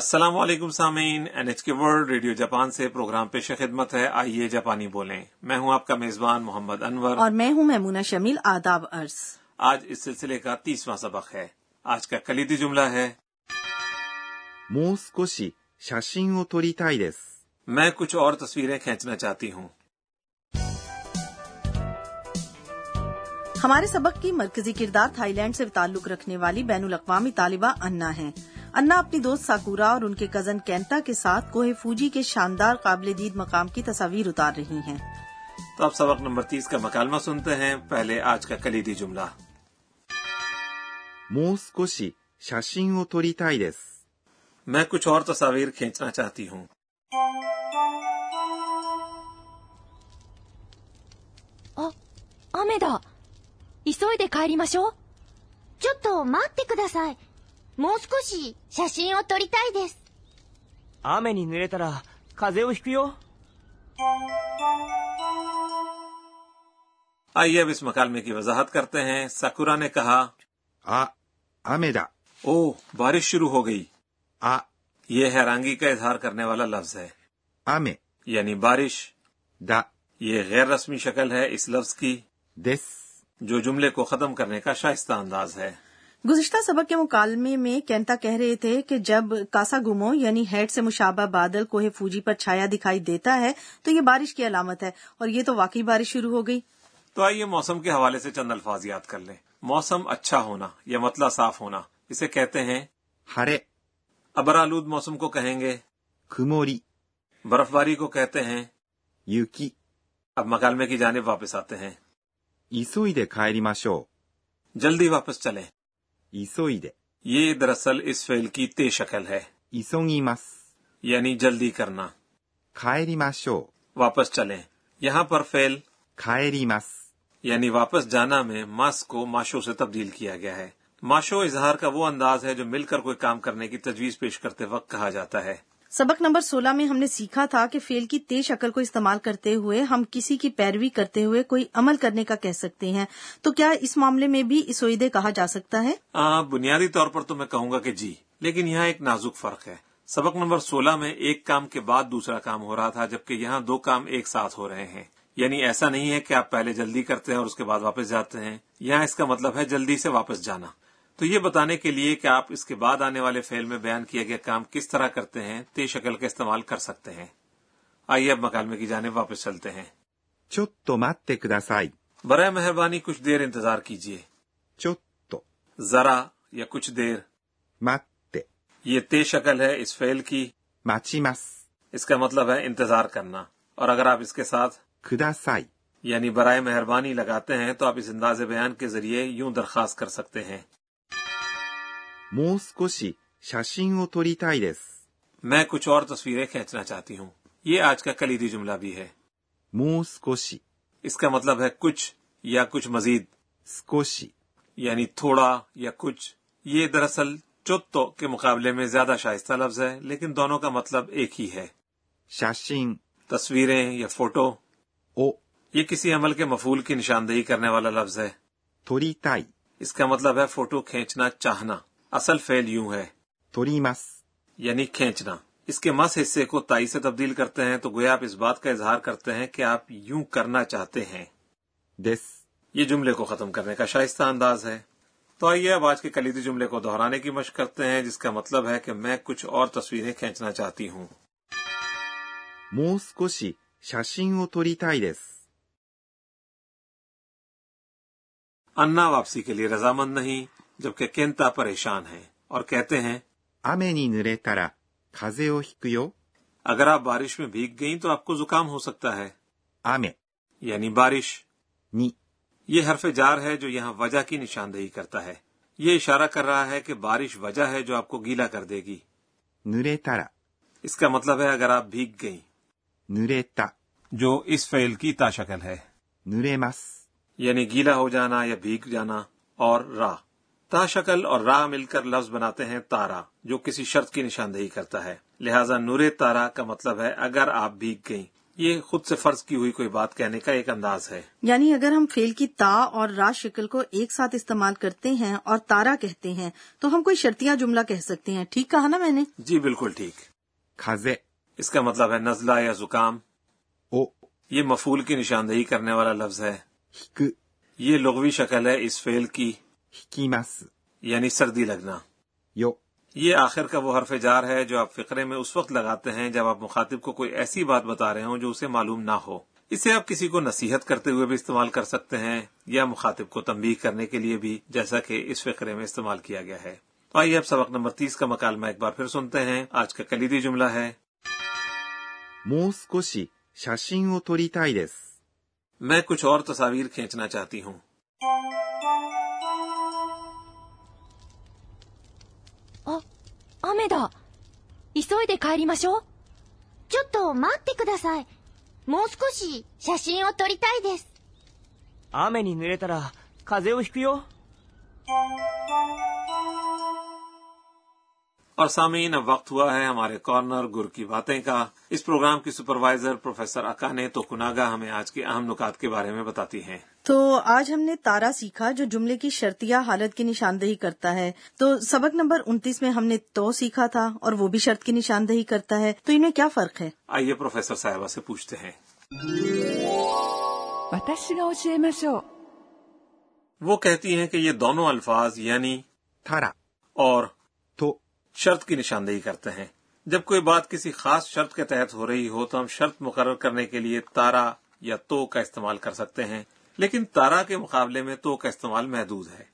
السلام علیکم سامعین N H K world radio Japan سے پروگرام پیش خدمت ہے آئیے جاپانی بولیں میں ہوں آپ کا میزبان محمد انور اور میں ہوں میمونہ شمیل آداب عرض آج اس سلسلے کا تیسواں سبق ہے آج کا کلیدی جملہ ہے もう少し写真を撮りたいです。 میں کچھ اور تصویریں کھینچنا چاہتی ہوں ہمارے سبق کی مرکزی کردار تھائی لینڈ سے تعلق رکھنے والی بین الاقوامی طالبہ انا ہیں انا اپنی دوست ساکورا اور ان کے کزن کینتا کے ساتھ کوہ فوجی کے شاندار قابل دید مقام کی تصاویر اتار رہی ہیں تو اب سبق نمبر تیس کا مکالمہ سنتے ہیں پہلے آج کا کلیدی جملہ もう少し写真を撮りたいです。 میں کچھ اور تصاویر کھینچنا چاہتی ہوں あ、雨だ。急いで帰りましょう。ちょっと待ってください。もう少し写真を撮りたいです。雨に濡れたら風邪をひくよ。 آئیے اب اس مکالمے کی وضاحت کرتے ہیں ساکورا نے کہا あ、雨だ。 او بارش شروع ہو گئی あ、 یہ حیرانگی کا اظہار کرنے والا لفظ ہے 雨 یعنی بارش だ یہ غیر رسمی شکل ہے اس لفظ کی です。 جو جملے کو ختم کرنے کا شائستہ انداز ہے گزشتہ سبق کے مکالمے میں کینتا کہہ رہے تھے کہ جب کاسا گمو یعنی ہیڈ سے مشابہ بادل کوہ فوجی پر چھایا دکھائی دیتا ہے تو یہ بارش کی علامت ہے اور یہ تو واقعی بارش شروع ہو گئی تو آئیے موسم کے حوالے سے چند الفاظ یاد کر لیں موسم اچھا ہونا یا مطلع صاف ہونا اسے کہتے ہیں 晴れ、 ابر آلود موسم کو کہیں گے 曇り、 برف باری کو کہتے ہیں 雪。 اب مکالمے کی جانب واپس آتے ہیں 急いで帰りましょ جلدی واپس چلیں う。急いで、 یہ دراصل اس فعل کی تے شکل ہے 急ぎます。 یعنی جلدی کرنا 帰りましょう。 واپس چلیں یہاں پر فعل 帰ります。 یعنی واپس جانا میں ماس کو ماشو سے تبدیل کیا گیا ہے ماشو اظہار کا وہ انداز ہے جو مل کر کوئی کام کرنے کی تجویز پیش کرتے وقت کہا جاتا ہے سبق نمبر سولہ میں ہم نے سیکھا تھا کہ فیل کی تیز شکل کو استعمال کرتے ہوئے ہم کسی کی پیروی کرتے ہوئے کوئی عمل کرنے کا کہہ سکتے ہیں تو کیا اس معاملے میں بھی اسوئیدے کہا جا سکتا ہے آ, بنیادی طور پر تو میں کہوں گا کہ جی لیکن یہاں ایک نازک فرق ہے سبق نمبر سولہ میں ایک کام کے بعد دوسرا کام ہو رہا تھا جبکہ یہاں دو کام ایک ساتھ ہو رہے ہیں یعنی ایسا نہیں ہے کہ آپ پہلے جلدی کرتے ہیں اور اس کے بعد واپس جاتے ہیں یہاں اس کا مطلب ہے جلدی سے واپس جانا تو یہ بتانے کے لیے کہ آپ اس کے بعد آنے والے فعل میں بیان کیا گیا کام کس طرح کرتے ہیں تے شکل کا استعمال کر سکتے ہیں آئیے اب مکالمے کی جانب واپس چلتے ہیں ちょっと待ってください。 برائے مہربانی کچھ دیر انتظار کیجیے ちょっと、 ذرا یا کچھ دیر 待って、 یہ تے شکل ہے اس فعل کی 待ちます。 اس کا مطلب ہے انتظار کرنا اور اگر آپ اس کے ساتھ ください。 یعنی برائے مہربانی لگاتے ہیں تو آپ اس انداز بیان کے ذریعے یوں درخواست کر سکتے ہیں もう少し写真を撮りたいです。 میں کچھ اور تصویریں کھینچنا چاہتی ہوں یہ آج کا کلیدی جملہ بھی ہے もう少し、 اس کا مطلب ہے کچھ یا کچھ مزید 少し、 یعنی تھوڑا یا کچھ یہ دراصل چوتو کے مقابلے میں زیادہ شائستہ لفظ ہے لیکن دونوں کا مطلب ایک ہی ہے 写真 تصویریں یا فوٹو を یہ کسی عمل کے مفول کی نشاندہی کرنے والا لفظ ہے 撮りたい、 اس کا مطلب ہے فوٹو کھینچنا چاہنا اصل فعل یوں ہے 撮ります。 یعنی کھینچنا اس کے مس حصے کو تائی سے تبدیل کرتے ہیں تو گویا آپ اس بات کا اظہار کرتے ہیں کہ آپ یوں کرنا چاہتے ہیں です。 یہ جملے کو ختم کرنے کا شائستہ انداز ہے تو آئیے اب آج کے کلیدی جملے کو دہرانے کی مشق کرتے ہیں جس کا مطلب ہے کہ میں کچھ اور تصویریں کھینچنا چاہتی ہوں もう少し写真を撮りたいです。 انا واپسی کے لیے رضامند نہیں جبکہ کینتا پریشان ہیں اور کہتے ہیں 雨に濡れたら風邪をひくよ。 اگر آپ بارش میں بھیگ گئیں تو آپ کو زکام ہو سکتا ہے 雨 یعنی بارش に یہ حرف جار ہے جو یہاں وجہ کی نشاندہی کرتا ہے یہ اشارہ کر رہا ہے کہ بارش وجہ ہے جو آپ کو گیلا کر دے گی 濡れたら اس کا مطلب ہے اگر آپ بھیگ گئیں 濡れた、 جو اس فعل کی تا شکل ہے 濡れます。 یعنی گیلا ہو جانا یا بھیگ جانا اور راہ تا شکل اور راہ مل کر لفظ بناتے ہیں تارا جو کسی شرط کی نشاندہی کرتا ہے لہٰذا نور تارا کا مطلب ہے اگر آپ بھیگ گئیں یہ خود سے فرض کی ہوئی کوئی بات کہنے کا ایک انداز ہے یعنی اگر ہم فیل کی تا اور را شکل کو ایک ساتھ استعمال کرتے ہیں اور تارا کہتے ہیں تو ہم کوئی شرطیاں جملہ کہہ سکتے ہیں ٹھیک کہا نا میں نے جی بالکل ٹھیک 風 اس کا مطلب ہے نزلہ یا زکام を یہ مفول کی نشاندہی کرنے والا لفظ ہے 引く、 یہ لغوی شکل ہے اس فعل کی 引きます、 یعنی سردی لگنا よ、 یہ آخر کا وہ حرف جار ہے جو آپ فقرے میں اس وقت لگاتے ہیں جب آپ مخاطب کو کوئی ایسی بات بتا رہے ہوں جو اسے معلوم نہ ہو اسے آپ کسی کو نصیحت کرتے ہوئے بھی استعمال کر سکتے ہیں یا مخاطب کو تنبیہ کرنے کے لیے بھی جیسا کہ اس فقرے میں استعمال کیا گیا ہے تو آئیے اب سبق نمبر تیس کا مکالمہ ایک بار پھر سنتے ہیں آج کا کلیدی جملہ ہے もう少し写真を撮りたいです。 میں کچھ اور تصاویر کھینچنا چاہتی ہوں あ、雨だ。急いで帰りましょう。ちょっと待ってください。もう少し写真を撮りたいです。雨に濡れたら風邪をひくよ。 اور سامعین اب وقت ہوا ہے ہمارے کارنر گر کی باتیں کا اس پروگرام کی سپروائزر پروفیسر اکانے تو کناگا ہمیں آج کے اہم نکات کے بارے میں بتاتی ہیں تو آج ہم نے تارا سیکھا جو جملے کی شرطیہ حالت کی نشاندہی کرتا ہے تو سبق نمبر انتیس میں ہم نے تو سیکھا تھا اور وہ بھی شرط کی نشاندہی کرتا ہے تو ان میں کیا فرق ہے آئیے پروفیسر صاحبہ سے پوچھتے ہیں 私が教えましょう وہ کہتی ہیں کہ یہ دونوں الفاظ یعنی たら、 اور と、 شرط کی نشاندہی کرتے ہیں جب کوئی بات کسی خاص شرط کے تحت ہو رہی ہو تو ہم شرط مقرر کرنے کے لیے تارا یا تو کا استعمال کر سکتے ہیں لیکن تارا کے مقابلے میں تو کا استعمال محدود ہے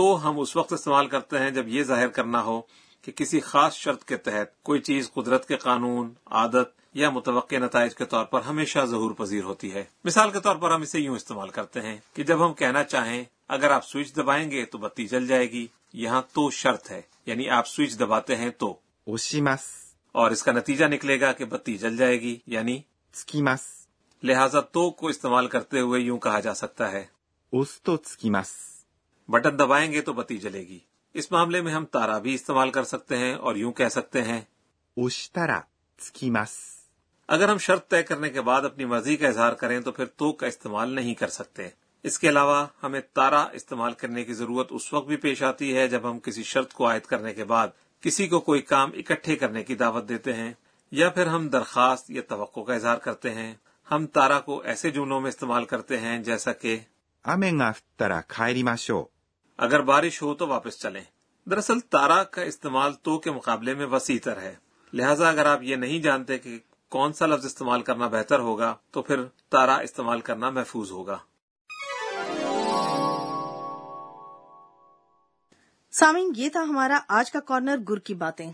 تو ہم اس وقت استعمال کرتے ہیں جب یہ ظاہر کرنا ہو کہ کسی خاص شرط کے تحت کوئی چیز قدرت کے قانون عادت یا متوقع نتائج کے طور پر ہمیشہ ظہور پذیر ہوتی ہے مثال کے طور پر ہم اسے یوں استعمال کرتے ہیں کہ جب ہم کہنا چاہیں اگر آپ سوئچ دبائیں گے تو بتی جل جائے گی یہاں تو شرط ہے یعنی آپ سوئچ دباتے ہیں تو 押します、 اور اس کا نتیجہ نکلے گا کہ بتی جل جائے گی یعنی つきます、 لہذا تو کو استعمال کرتے ہوئے یوں کہا جا سکتا ہے 押すとつきます、 بٹن دبائیں گے تو بتی جلے گی اس معاملے میں ہم تارا بھی استعمال کر سکتے ہیں اور یوں کہہ سکتے ہیں 押したらつきます、 اگر ہم شرط طے کرنے کے بعد اپنی مرضی کا اظہار کریں تو پھر تو کا استعمال نہیں کر سکتے اس کے علاوہ ہمیں تارا استعمال کرنے کی ضرورت اس وقت بھی پیش آتی ہے جب ہم کسی شرط کو عائد کرنے کے بعد کسی کو کوئی کام اکٹھے کرنے کی دعوت دیتے ہیں یا پھر ہم درخواست یا توقع کا اظہار کرتے ہیں ہم تارا کو ایسے جملوں میں استعمال کرتے ہیں جیسا کہ 雨が降ったら帰りましょ اگر بارش ہو تو واپس چلیں دراصل تارا کا استعمال تو کے مقابلے میں وسیع تر ہے لہٰذا اگر آپ یہ نہیں جانتے کہ کون سا لفظ استعمال کرنا بہتر ہوگا تو پھر تارا استعمال کرنا محفوظ ہوگا سامعین یہ تھا ہمارا آج کا کارنر گر کی باتیں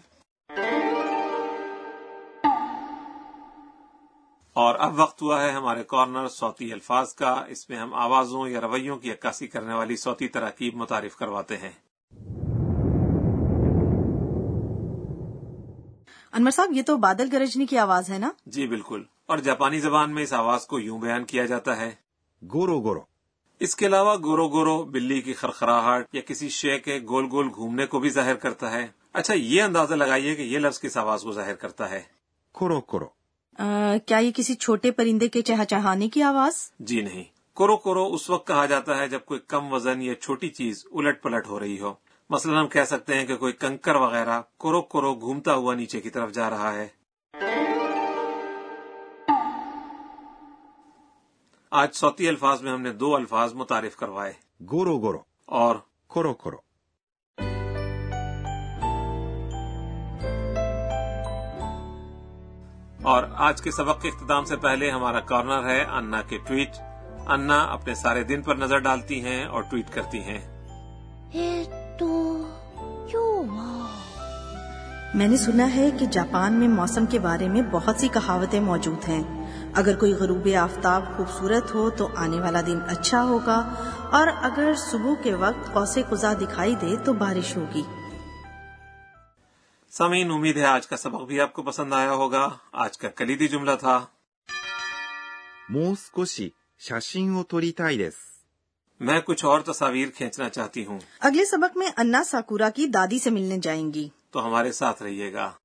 اور اب وقت ہوا ہے ہمارے کارنر صوتی الفاظ کا اس میں ہم آوازوں یا رویوں کی عکاسی کرنے والی صوتی تراکیب متعارف کرواتے ہیں انور صاحب یہ تو بادل گرجنے کی آواز ہے نا جی بالکل اور جاپانی زبان میں اس آواز کو یوں بیان کیا جاتا ہے う、ゴロゴロ、 اس کے علاوہ گورو گورو بلی کی خرخراہٹ یا کسی شے کے گول گول گھومنے کو بھی ظاہر کرتا ہے اچھا یہ اندازہ لگائیے کہ یہ لفظ کس آواز کو ظاہر کرتا ہے コロコロ、 آ، کیا یہ کسی چھوٹے پرندے کے چہچہانے کی آواز جی نہیں کورو کورو اس وقت کہا جاتا ہے جب کوئی کم وزن یا چھوٹی چیز الٹ پلٹ ہو رہی ہو مثلا ہم کہہ سکتے ہیں کہ کوئی کنکر وغیرہ کورو کورو گھومتا ہوا نیچے کی طرف جا رہا ہے آج صوتی الفاظ میں ہم نے دو الفاظ متعارف کروائے ゴロゴロ、 اور コロコロ、 اور آج کے سبق کے اختتام سے پہلے ہمارا کارنر ہے انا کے ٹویٹ انا اپنے سارے دن پر نظر ڈالتی ہیں اور ٹویٹ کرتی ہیں えーっと、今日は、 میں نے سنا ہے کہ جاپان میں موسم کے بارے میں بہت سی کہاوتیں موجود ہیں اگر کوئی غروب آفتاب خوبصورت ہو تو آنے والا دن اچھا ہوگا اور اگر صبح کے وقت قوس قزا دکھائی دے تو بارش ہوگی سامعین امید ہے آج کا سبق بھی آپ کو پسند آیا ہوگا آج کا کلیدی جملہ تھا もう少し写真を撮りたいです。 میں کچھ اور تصاویر کھینچنا چاہتی ہوں اگلے سبق میں انا ساکورا کی دادی سے ملنے جائیں گی تو ہمارے ساتھ رہیے گا